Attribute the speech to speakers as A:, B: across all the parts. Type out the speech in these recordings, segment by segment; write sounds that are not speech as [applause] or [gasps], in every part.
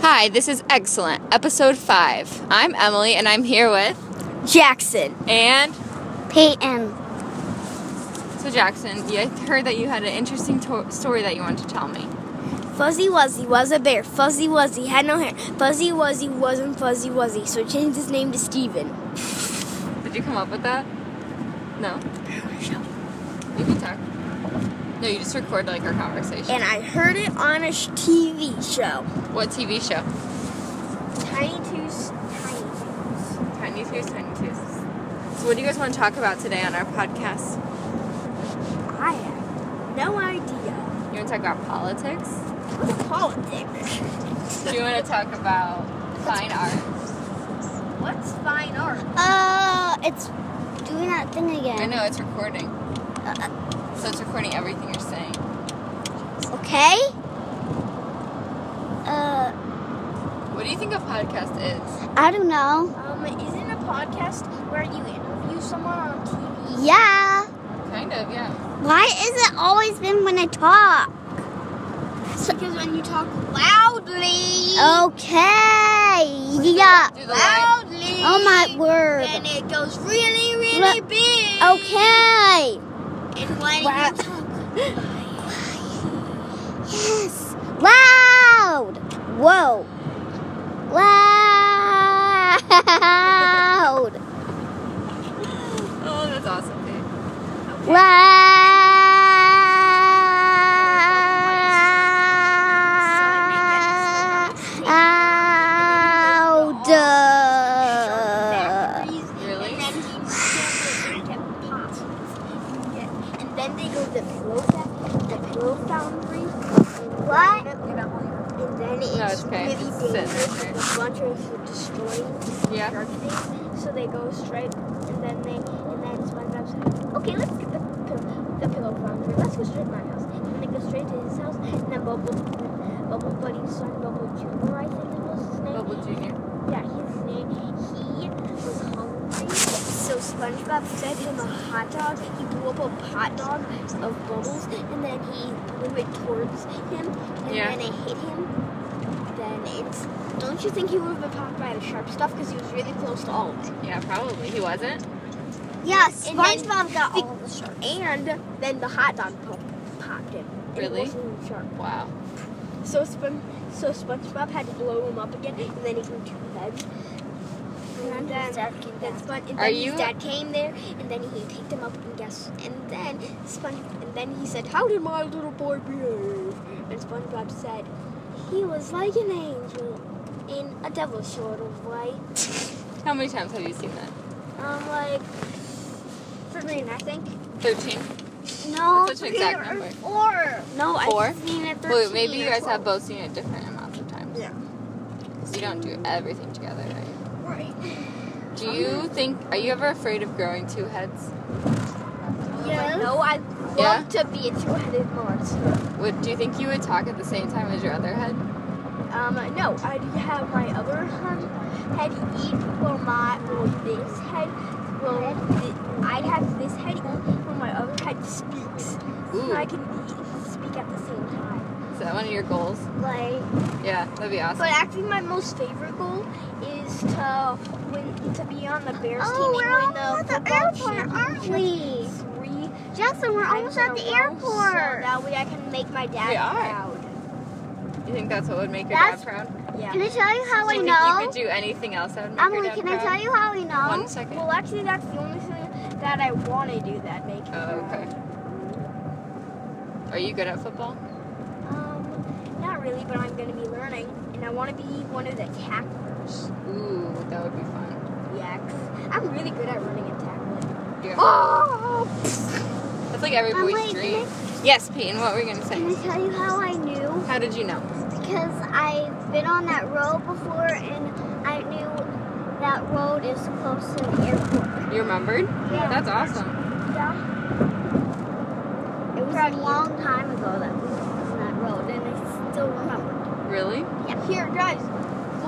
A: Hi, this is Excellent, episode five. I'm Emily and I'm here with.
B: Jackson.
A: And.
C: Peyton.
A: So, Jackson, I heard that you had an interesting to- story that you wanted to tell me.
B: Fuzzy Wuzzy was a bear. Fuzzy Wuzzy had no hair. Fuzzy Wuzzy wasn't Fuzzy Wuzzy, so he changed his name to Steven.
A: Did you come up with that? No? You can talk. No, you just record like our conversation.
B: And I heard it on a sh- TV show.
A: What TV show?
C: Tiny Toons. Tiny Toons.
A: Tiny Toons, Tiny Toons. So, what do you guys want to talk about today on our podcast?
B: I have no idea.
A: You want to talk about politics?
B: What's politics?
A: Do you want to talk about fine art?
B: What's fine art?
C: Uh, it's doing that thing again.
A: I know it's recording. So, it's recording everything you're saying.
C: Okay. Uh,
A: What do you think a podcast is?
C: I don't know.
B: Um, isn't a podcast where you interview someone on TV?
C: Yeah.
A: Kind of, yeah.
C: Why is it always been when I talk?
B: Because when you talk loudly,
C: Okay. Yeah.
A: Do the line.
B: loudly,
C: Oh my word.
B: then it goes really, really
C: Look.
B: big.
C: Okay.
B: And when
C: Wow.
B: you talk
C: Yes. Loud. Whoa. Loud.
A: Oh, that's awesome. Paige. Really?
C: Loud.
B: Uh, And then he shoved it into pots. Yeah, And then they go to the pillow, fa- the pillow foundry.
C: What?
B: And then it's,
A: No, it's okay.
B: really
A: Just sit right
B: dangerous.
A: there.
B: The bunchers are destroying
A: Yeah.
B: shark things, so they go straight. And then they, and then SpongeBob said, "Okay, let's get the pillow, the pillow foundry. Let's go straight to my house." And then they go straight to his house. And then Bubble, Bubble Buddy's son, Bubble Junior, I think it was his name.
A: Bubble Junior.
B: Yeah, his name. He was hungry, so SpongeBob fed him a hot dog. He blew up a hot dog of bubbles, and then he blew it towards him, and
A: Yeah.
B: then it hit him. Then it's. Don't you think he would have been popped by the sharp stuff because he was really close to all of it?
A: Yeah, probably. He wasn't.
C: Yeah,
B: And then-
C: SpongeBob got all the sharks.
B: And then the hot dog pop, popped him. and it
A: Really?
B: wasn't even sharp.
A: Wow.
B: So Spon- so SpongeBob had to blow him up again, and then he grew two heads. And then, then Spon- and then
A: Are
B: his
A: you-
B: dad came there, and then he picked him up and guess, and then Sponge, and then he said, "How did my little boy behave?" And SpongeBob said, "He was like an angel, in a devil sort of way."
A: How many times have you seen that?
B: Um, like thirteen, I think.
A: Thirteen.
C: No,
A: That's such an exact number.
B: Or
C: no,
A: Four?
C: I've seen it 13
A: Wait, maybe you
C: or
A: guys have
C: 12.
A: both seen it different amounts of times.
B: Yeah.
A: Because you don't do everything together, right?
B: right. Oh,
A: Do you think? Are you ever afraid of growing two heads?
B: Yeah. No, I love
A: Yeah.
B: to be a two-headed monster.
A: Would do you think you would talk at the same time as your other head?
B: Um, no, I'd have my other hand head eat for my or this head. Well, thi- I'd have this head eat when my other head speaks,
A: Ooh.
B: so I can eat, speak at the same time.
A: Is that one of your goals?
B: Like,
A: Yeah, that'd be awesome.
B: but actually, my most favorite goal is to win, to be on the Bears
C: Oh,
B: team
C: we're
B: and win
C: almost at
B: the
C: the
B: football
C: airport, aren't
B: championship Three
C: Jackson, we're almost
B: times in
C: at the
B: a row, So
C: airport.
B: that way, I can make my dad
A: We are.
B: proud.
A: you think that's what would make your dad
C: That's-
A: proud?
B: Yeah.
C: Can I tell you how
A: do
C: I
A: you think you
C: know?
A: could do anything else that would make
C: Emily,
A: your dad
C: can I
A: proud?
C: tell you how I know?
A: One second.
B: Well, actually, that's the only thing that I want to do that make.
A: Oh, okay. Are you good at football?
B: Um, not really, but I'm gonna be learning, and I want to be one of the tacklers.
A: Ooh, that would be fun.
B: Yeah, i I'm really good at running and tackling.
A: Do you have-
C: [gasps]
B: Oh!
A: That's like every
C: Emily,
A: boy's dream.
C: can
A: Yes, Peyton, what were you gonna
C: I, can
A: say?
C: I tell you how I knew?
A: How did you know?
C: Because I've been on that road before and I knew that road is close to the airport.
A: You remembered?
C: Yeah.
A: That's awesome.
C: Yeah. It was a long time ago that we were on that road and I still remember.
A: Really?
B: Yeah, here, guys,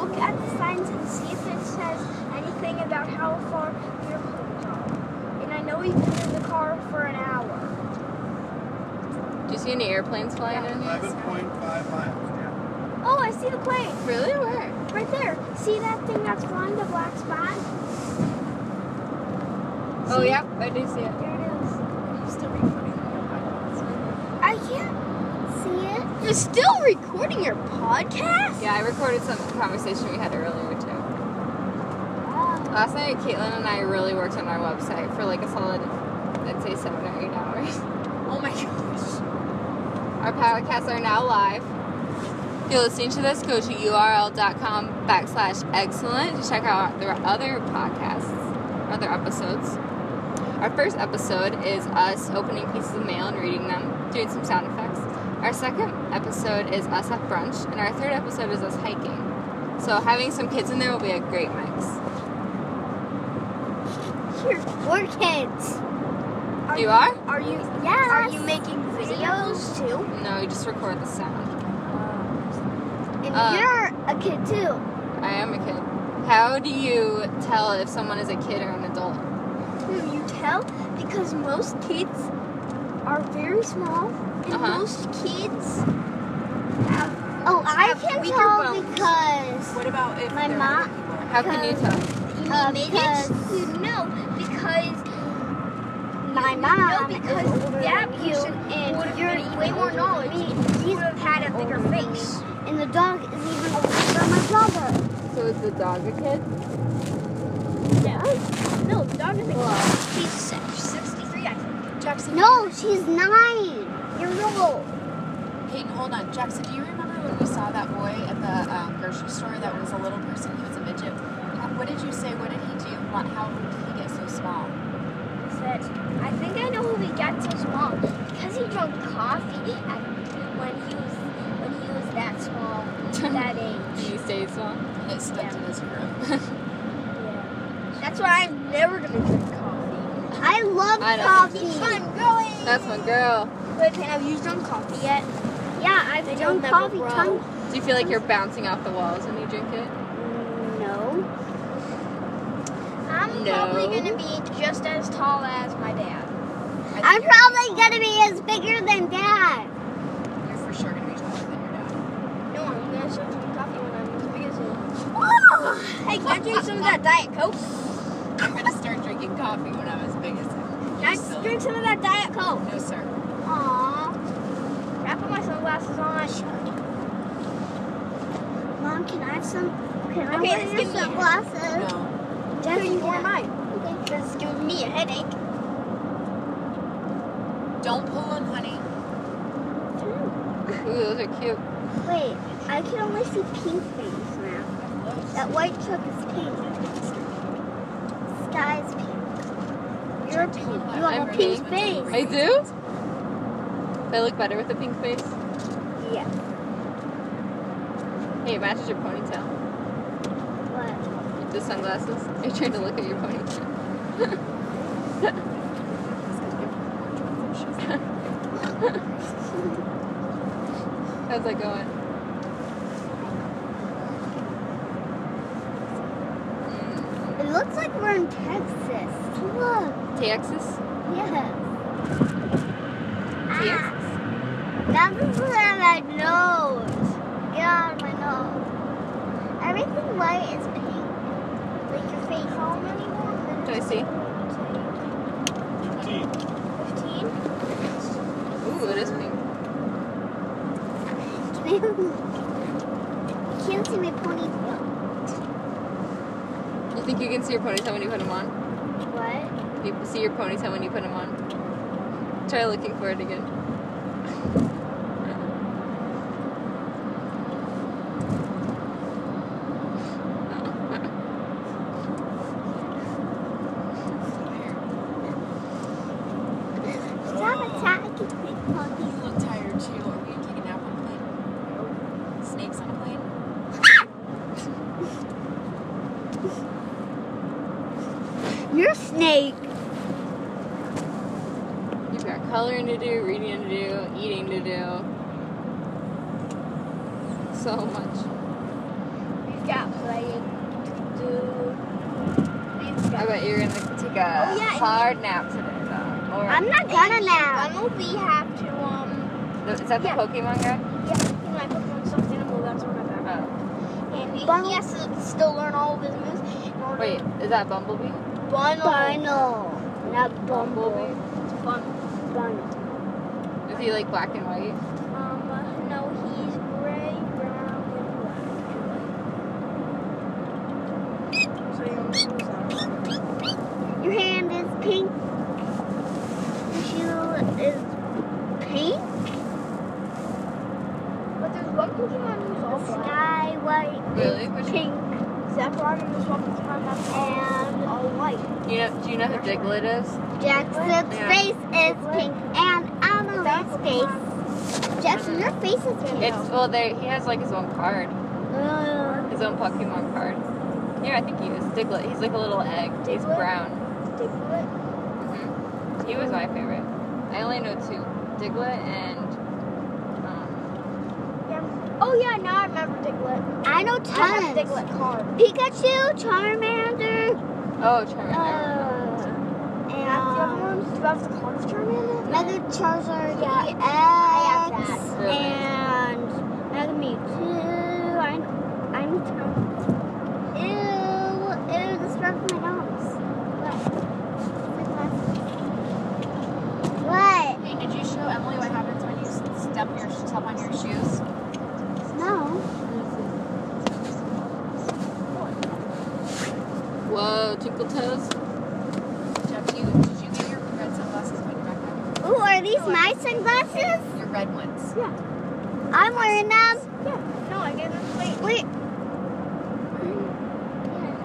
B: look at the signs and see if it says anything about how far your homes are. And I know we've been in the car for an hour.
A: Do you see any airplanes flying in?
D: Eleven point five miles.
C: Oh,
B: Oh, I see the plane
A: Really? Where?
B: right there. See that thing that's flying the black spot?
A: Oh, yep. I do see it.
B: There it is.
A: I'm still recording.
C: I can't see it. You're still recording your podcast?
A: Yeah, I recorded some conversation we had earlier, too.
B: Uh,
C: Oh.
A: Last night, Caitlin and I really worked on our website for like a solid, I'd say seven or eight hours. [laughs]
D: Oh my gosh.
A: Our podcasts are now live. If you're listening to this, go to url.com backslash excellent to check out our other podcasts, other episodes. Our first episode is us opening pieces of mail and reading them, doing some sound effects. Our second episode is us at brunch, and our third episode is us hiking. So having some kids in there will be a great mix.
C: Here, we're kids.
D: Are
A: You are?
D: Are you?
C: Yes.
D: Are you making videos?
C: videos too?
A: No, you just record the sound.
C: And
A: Uh,
C: you're a kid too.
A: I am a kid. How do you tell if someone is a kid or an adult?
B: Can you tell? Because most kids are very small, and
A: Uh-huh.
B: most kids
C: Oh, I
D: Have
C: can
D: weaker
C: tell
D: bones.
C: because
D: What about if
C: My
D: they're
C: mom-
D: regular?
A: How can you tell?
C: uh,
B: Maybe
C: because
B: you know Um, because
C: my
B: you
C: mom
B: know because
C: is older
B: that
C: than you,
B: person
C: and
B: would have
C: you're
B: been even
C: way more
B: older than
C: knowledge.
B: me.
C: He's
D: would have had a bigger
C: older than
D: face.
C: me. And the dog is even older than my brother.
A: So is the dog a kid?
B: no, the dog is
C: Well,
D: She's six- 63, I think. Jackson.
C: no, she's nine years old.
D: Peyton, hold on. Jackson, do you remember when we saw that boy at the um, grocery store that was a little person? He was a midget. How- What did you say? What did he do? What, how did he get so
A: [laughs]
D: small?
B: said, I think I know who he got so small because he drank coffee at, when he was when he was that
C: [laughs]
B: small, that age.
A: These days, well,
D: And it stuck to his room.
B: That's why I'm never gonna drink coffee.
C: I love
A: I don't-
C: coffee.
B: I'm going.
A: that's my girl.
B: Wait, have you drunk coffee yet?
C: Yeah, I've done
B: don't have a
C: coffee
B: bro.
C: tons.
A: Do you feel like you're bouncing off the walls when you drink it?
C: No.
B: I'm
A: No.
B: probably gonna be just as tall as my dad.
D: I
C: I'm
D: think
C: probably gonna be as bigger than dad.
D: you're, you're for sure going to be taller than your dad.
B: No, I'm gonna start drinking coffee when I'm as big as him. Hey, can I drink some of that Diet Coke?
D: I'm going to start drinking coffee when I'm as big as him.
B: Can I drink some of that Diet Coke?
D: No, sir.
B: Aww. I put my sunglasses on.
C: Mom, can I have some? Can I
B: Okay,
C: wear
B: let's
C: your
B: give me-
C: sunglasses?
D: No.
B: Can you wear mine?
C: This is giving me a headache.
D: Don't pull him, honey.
A: Ooh, those are cute.
C: Wait, I can only see pink things now. That white truck is pink. Sky's pink. You're pink. You have
A: I'm
C: a pink face.
A: I do? Do I look better with a pink face?
C: Yeah.
A: Hey, it matches your ponytail.
C: What?
A: The sunglasses. Are you trying to look at your ponytail? How's that going? Mm,
C: It looks like we're in Texas. Look.
A: Texas?
C: Yes.
A: Yes.
C: Ah, that's where my nose. Get out of my nose. Everything white is [laughs] pink. Like your face. How many more
A: Do I see?
C: Fifteen.
A: Ooh, it is pink.
C: I can't see my ponytail.
A: You think you can see your ponytail when you put them on?
C: What?
A: You see your ponytail when you put them on. Try looking for it again.
C: Stop attacking me,
D: You
C: pony.
D: look tired too. Are we gonna take a nap on a plane? Snakes on a plane?
C: You're a snake.
A: You've got coloring to do, reading to do, eating to do. So much.
B: We've got playing to do. We've
A: I
B: got.
A: bet you're gonna take a
B: Oh, yeah, and-
A: hard nap today, though. Or
C: I'm not gonna now.
B: When will we have to um?
A: is that the
B: yeah.
A: Pokemon guy? Oh.
B: Yeah, I think my Pokemon stuffed animal. That's what I'm
C: He has to still learn all of his moves. in order-
A: Wait, is that Bumblebee?
C: Bunnel. Bunnel.
B: Not bumblebee.
A: Bumblebee?
B: It's bun- bun.
A: Is he like black and white?
B: Um, uh, no, he's gray, brown, and black. So you don't lose
C: Your hand is pink. Your shoe is pink.
B: But there's one Pokemon who's all black.
C: Sky white.
A: Really?
C: is
A: Which one?
C: pink.
B: Zapdos and there's one Pokemon that's
C: And-
B: all white.
A: You know, do you know who Diglett is?
C: Jackson's
A: Yeah.
C: face is pink. And Annalie's face. Jackson, your face is pink.
A: It's well, there he has like his own card,
C: Ugh.
A: his own Pokemon card. Here, I think he is Diglett. He's like a little egg. He's
B: Diglett?
A: brown.
B: Diglett.
A: Mhm. He was my favorite. I only know two, Diglett and um,
B: Yeah. Oh yeah, now I remember Diglett.
C: I know
B: I have
C: tons.
B: Diglett card.
C: Pikachu, Charmander,
A: oh Charmander.
C: uh,
B: Do you have the other
C: and
B: ones? Do you have the card of Charmander?
C: Mega Charizard
B: Yeah,
C: EX,
B: I have that.
A: Really?
C: and Mega Mewtwo. I, I need to Ew, ew, this broke my nose. What? What?
D: Hey, did you show Emily what happens when you s- step your step on your shoes?
C: No.
A: Whoa, Twinkle Toes.
D: Jeff, do you, did you get your red sunglasses when you're back home?
C: Ooh, are these my sunglasses?
D: Your red ones.
C: I'm wearing them.
B: No, I gave them wait.
C: Wait,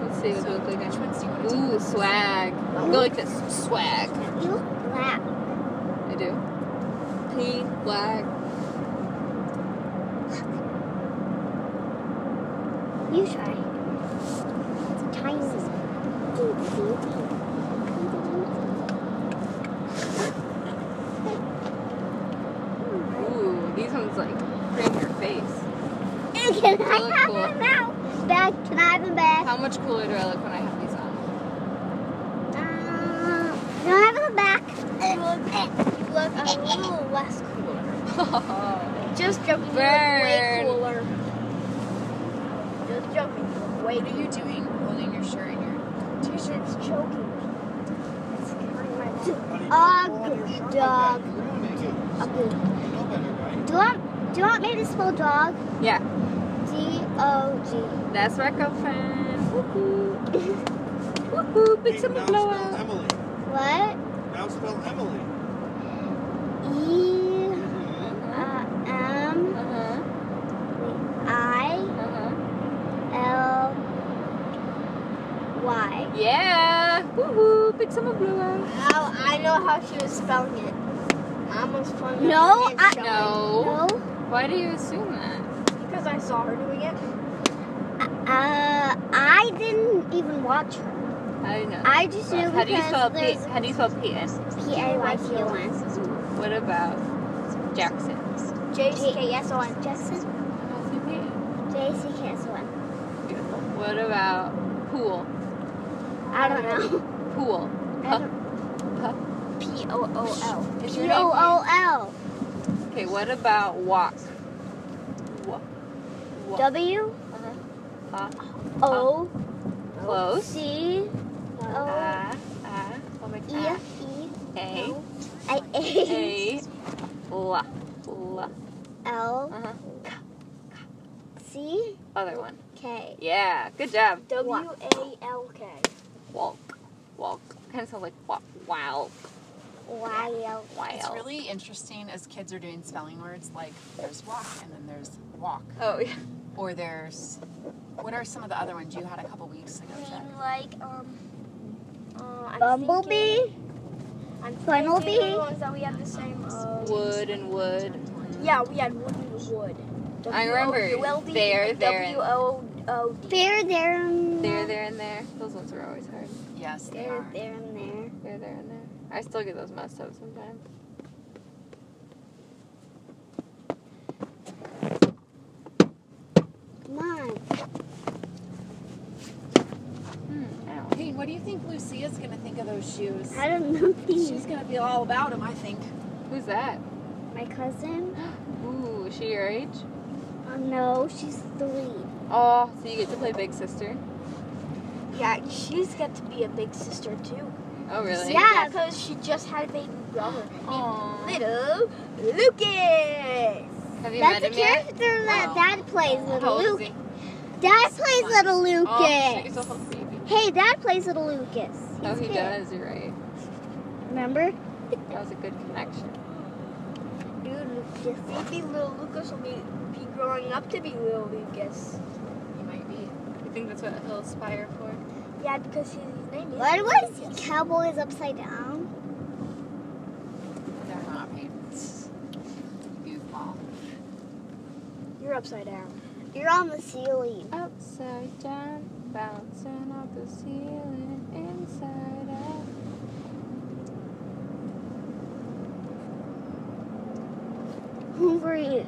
C: [laughs]
A: Let's see what they look like.
D: Which ones do you want to
A: Ooh, swag. I go like this. Swag.
C: you look black.
A: I do. P black.
C: You try. It's tiny.
A: Ooh, these ones like right in your face.
C: Can I
A: Really
C: have
A: cool.
C: them now? Bag, can I have them back?
A: How much cooler do I look when I have these on?
C: Uh, can I have them back?
B: You look a little less cooler. Just joking. You look way
A: Burn.
B: cooler. Just joking. You look way
D: What are you doing holding your shirt and your t-shirt?
B: It's choking. It's hurting my mouth.
C: Ugh, dog.
B: Ugly.
C: Do you want, do you want me to spell dog?
A: Yeah.
C: D O G.
A: That's my girlfriend. Woohoo. Woohoo. Big summer blow up.
E: Emily.
C: What?
E: Now spell Emily.
C: E
A: Uh-huh.
C: uh, M
A: Uh-huh.
C: I
A: Uh-huh.
C: L Y.
A: Yeah. Woohoo. Big summer blow up.
B: How I know how she was spelling it. I almost fun.
C: No, I-
A: No.
C: No.
A: Why do you assume that?
B: Because I saw her doing it.
C: Uh, I didn't even watch her.
A: I don't know.
C: I just knew
A: How do you
C: because
A: spell P?
C: there's
A: How do you spell PN?
C: P A Y T O N.
A: What about Jackson?
B: J C K S O N.
C: Justin
A: What's your PN?
C: J C K S O N.
A: Beautiful. What about pool?
C: I don't know.
A: Pool.
C: I don't-
B: P O O L.
A: Is your
C: P
A: name
C: O O L
A: Okay, what about walk? Wa- wa-
C: W
B: Uh-huh.
A: uh,
C: O
A: close.
C: C O
A: Ah, ah, what about
C: E
A: ah?
C: E
A: A,
C: I A
A: A, la, la.
C: L
A: Uh-huh.
C: C
A: Other one.
C: K.
A: Yeah, good job.
B: W A L K.
A: Walk, walk. Kind of sounds like walk. Wow,
C: Y L.
A: wow.
D: It's really interesting as kids are doing spelling words like there's walk and then there's walk.
A: Oh yeah.
D: Or there's what are some of the other ones you had a couple weeks ago, Jack?
B: like um. Uh, I'm
C: Bumblebee.
B: thinking- I'm
C: Bumblebee.
B: thinking of the ones that we have the same. Uh,
A: Wood and wood.
B: Yeah, we had wood and wood.
A: I remember
B: W-O-U-L-D,
A: there, there, and-
B: W O O D.
C: There, there, and
A: There, there, and there. Those ones were always hard.
D: Yes, they
C: There,
D: are.
C: there, and there.
A: There, there, and there. I still get those messed up sometimes.
C: Come on.
A: Ow.
D: Hey, what do you think Lucia's gonna think of those shoes?
C: I don't know
D: She's
C: these.
D: gonna be all about them, I think.
A: Who's that?
C: My cousin.
A: Ooh, is she your age?
B: Uh,
C: Oh, No, she's three.
A: Oh, so you get to play Big Sister?
B: Yeah, she's got to be a big sister too.
A: Oh, really?
B: Yeah, because she just had a baby brother.
A: Aw.
B: Little Lucas.
A: Have you
C: That's
A: met
C: a
A: him yet?
C: character that
D: Wow.
C: Dad plays,
A: How
C: Little
A: old is
C: Lucas.
A: he?
C: Dad plays Little
A: Oh, shit, he's a
C: Lucas.
A: whole baby.
C: Hey, Dad plays Little Lucas. He's
A: Oh, he
C: big.
A: does. You're right.
C: Remember?
A: That was a good connection.
B: Dude, Lucas. Maybe little Lucas will be, be growing up to be little Lucas.
D: You might be.
A: You think that's what he'll aspire for?
B: Yeah, because his name is.
C: What was Cowboys Upside Down?
D: They're not parents. Goofball.
B: You're upside down.
C: You're on the ceiling.
A: Upside down, bouncing off the ceiling, inside out.
C: Hungry.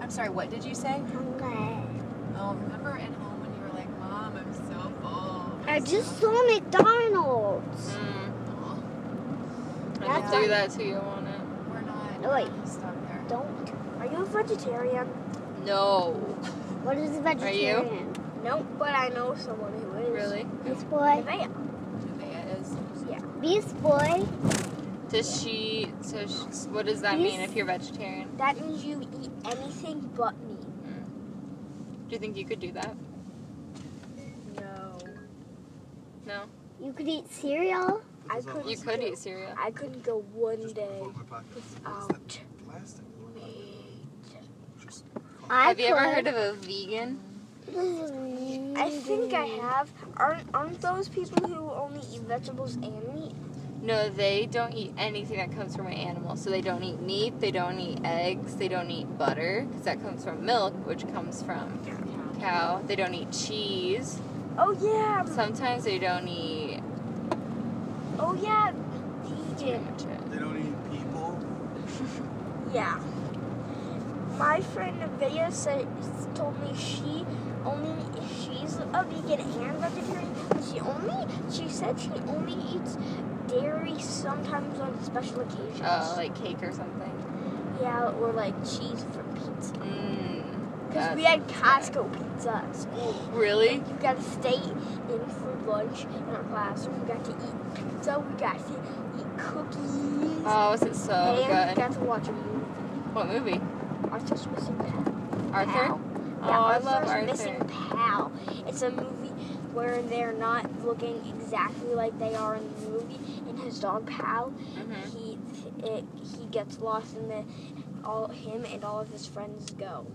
D: I'm sorry, what did you say?
C: Hungry.
D: Oh, remember at home when you were like, Mom, I'm so full.
C: I just saw McDonald's.
D: Oh,
A: And
D: That's-
A: Mm, do that to you, won't it?
D: we're not.
C: Oh, wait.
D: Stop there.
C: Don't.
B: Are you a vegetarian?
A: No.
C: What is a vegetarian?
B: Nope, but I know someone who is.
A: Really?
C: Beast boy.
B: Nevaeh.
D: Nevaeh is.
C: Beast boy.
A: Does she? So sh what does that mean if you're vegetarian?
B: That means you eat anything but meat.
A: Do you think you could do that?
B: No.
A: No.
C: You could eat cereal.
B: I couldn't.
A: You could
B: go-
A: eat cereal.
B: I couldn't go one
E: Just
B: day
E: put my pocket.
B: without
E: Plastic. Just-
C: I
A: Have you ever heard
C: could.
A: of a vegan?
C: This is
B: I think I
C: amazing.
B: have. Aren't aren't those people who only eat vegetables and meat?
A: No, they don't eat anything that comes from an animal. So they don't eat meat. They don't eat eggs. They don't eat butter because that comes from milk, which comes from cow. They don't eat cheese.
B: Oh yeah.
A: Sometimes they don't eat.
B: Oh yeah.
A: Pretty
B: Vegan.
A: much it.
E: They don't eat people.
B: Yeah. My friend Nevaeh said told me she only she's a vegan and vegetarian. but She only she said she only eats dairy sometimes on special occasions.
A: Oh, like cake or something.
B: yeah, or like cheese for pizza.
A: Mm,
B: Because we
A: That's
B: had Costco pizza at school.
A: really?
B: You got to stay in for lunch in our classroom. We got to eat pizza. We got to eat cookies.
A: Oh, is it
B: and
A: so
B: we
A: good?
B: got to watch a movie.
A: What movie?
B: Arthur's Missing Pal.
A: Arthur?
B: Pal.
A: Oh,
B: Yeah,
A: I
B: Arthur's
A: love
B: Missing
A: Arthur.
B: Pal. It's a movie where they're not looking exactly like they are in the movie. And his dog Pal,
A: Mhm.
B: he it, he gets lost, and then all him and all of his friends go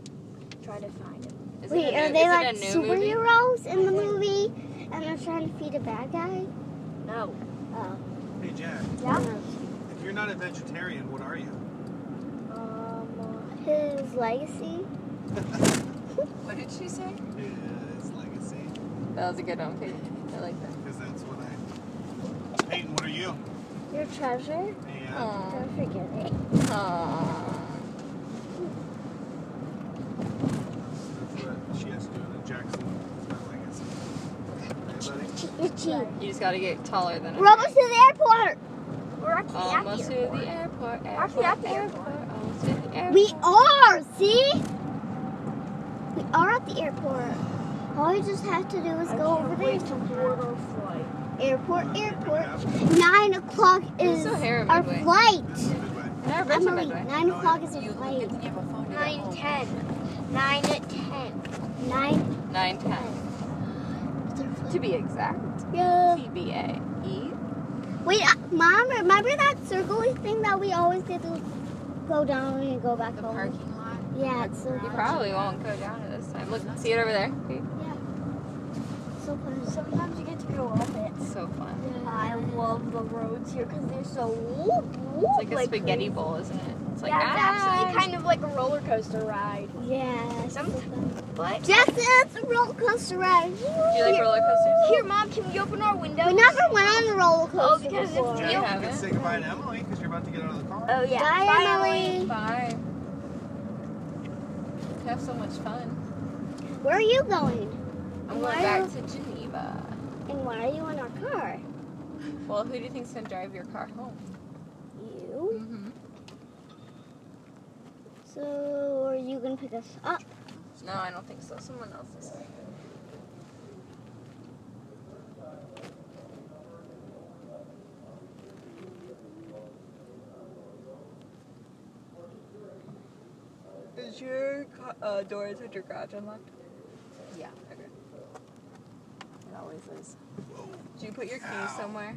B: trying to find him.
A: Is
C: Wait,
A: it a
C: are
A: new-
C: they
A: is
C: like
A: it a new movie?
C: superheroes in the movie and they're trying to feed a bad guy?
B: No.
C: Oh.
E: Hey Jack,
B: Yeah.
E: if you're not a vegetarian, what are you?
B: Um,
C: His legacy?
D: What did she say?
E: His legacy,
A: That was a good one, Peyton. I like that.
E: because that's what I. Peyton, what are you?
C: Your treasure?
E: Yeah.
A: Aww.
C: Don't forget it.
E: That's what she has to do in Jackson. It's not legacy. Hey, buddy.
C: Cheat, you cheat.
A: You just gotta get taller than her.
C: We're almost to the airport.
B: we're actually
A: Almost
B: at
A: to
B: the
A: the airport.
B: airport. Actually, at
A: airport,
B: the airport.
A: airport, almost to the airport.
C: We are, see? We are at the airport. All you just have to do is
B: I
C: go
B: can't
C: over
B: wait
C: there.
B: to board our flight.
C: Airport,
E: You're coming
C: airport.
E: up?
C: Nine o'clock
A: There's
C: is
A: no hair in
C: our
A: Midway.
C: flight.
E: That's the good way.
A: I've never been to
C: Emily,
A: Midway.
C: nine o'clock is
D: You
C: our
D: look
C: flight.
D: at you have a phone to get home.
B: Nine ten. Nine at ten.
C: Nine.
A: Nine ten.
C: is our flight.
A: To be exact.
C: Yeah.
A: TBA. E.
C: Wait, uh, mom, remember that circly thing that we always did to go down and go back
D: The
C: home?
D: parking lot.
C: Yeah, it's so,
A: You probably won't go down to this time. Look, see it over there?
C: so fun.
B: Sometimes you get to go up it.
A: It's so fun.
B: I
C: Uh-huh.
B: love the roads here because they're so whoop whoop.
A: It's like a spaghetti bowl, isn't it? It's like
B: yeah, it's
A: ah.
B: actually kind of like a roller coaster ride.
C: Yeah, it's so
B: Some-
C: fun.
B: But
C: Jackson, it's a roller coaster ride.
A: Do you like roller coasters?
B: here, mom, can we open our window?
C: We never went on a roller coaster
B: Oh, because it's
C: before.
A: You
E: Jack, you
A: haven't.
E: can say goodbye to Emily because you're about to get out of the car.
B: Oh yeah.
C: Bye, Emily.
A: Bye. Have so much fun.
C: Where are you going?
A: I'm
C: Why
A: going back to Geneva.
C: And why are you in our car?
A: Well, who do you think's gonna drive your car home?
C: You.
A: Mm-hmm.
C: So So, are you gonna pick us up?
A: No, I don't think so. Someone else is. Is your ca- uh, door inside your garage unlocked?
D: Yeah.
A: Okay.
D: It always is.
A: Do you put your keys
E: Ow.
A: somewhere?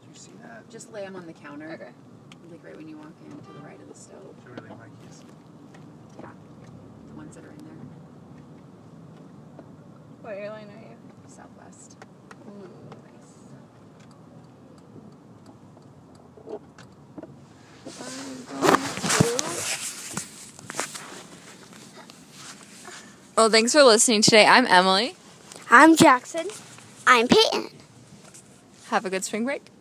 E: Did you see that?
D: Just lay them on the counter.
A: Okay.
D: Like right when you walk in to the right of the stove.
E: Should we leave my keys?
D: Yeah. The ones that are in there.
A: What airline are you?
D: Southwest.
A: Ooh, nice. I'm going to. Well, thanks for listening today. I'm Emily.
C: I'm Jackson. I'm Peyton.
A: Have a good spring break.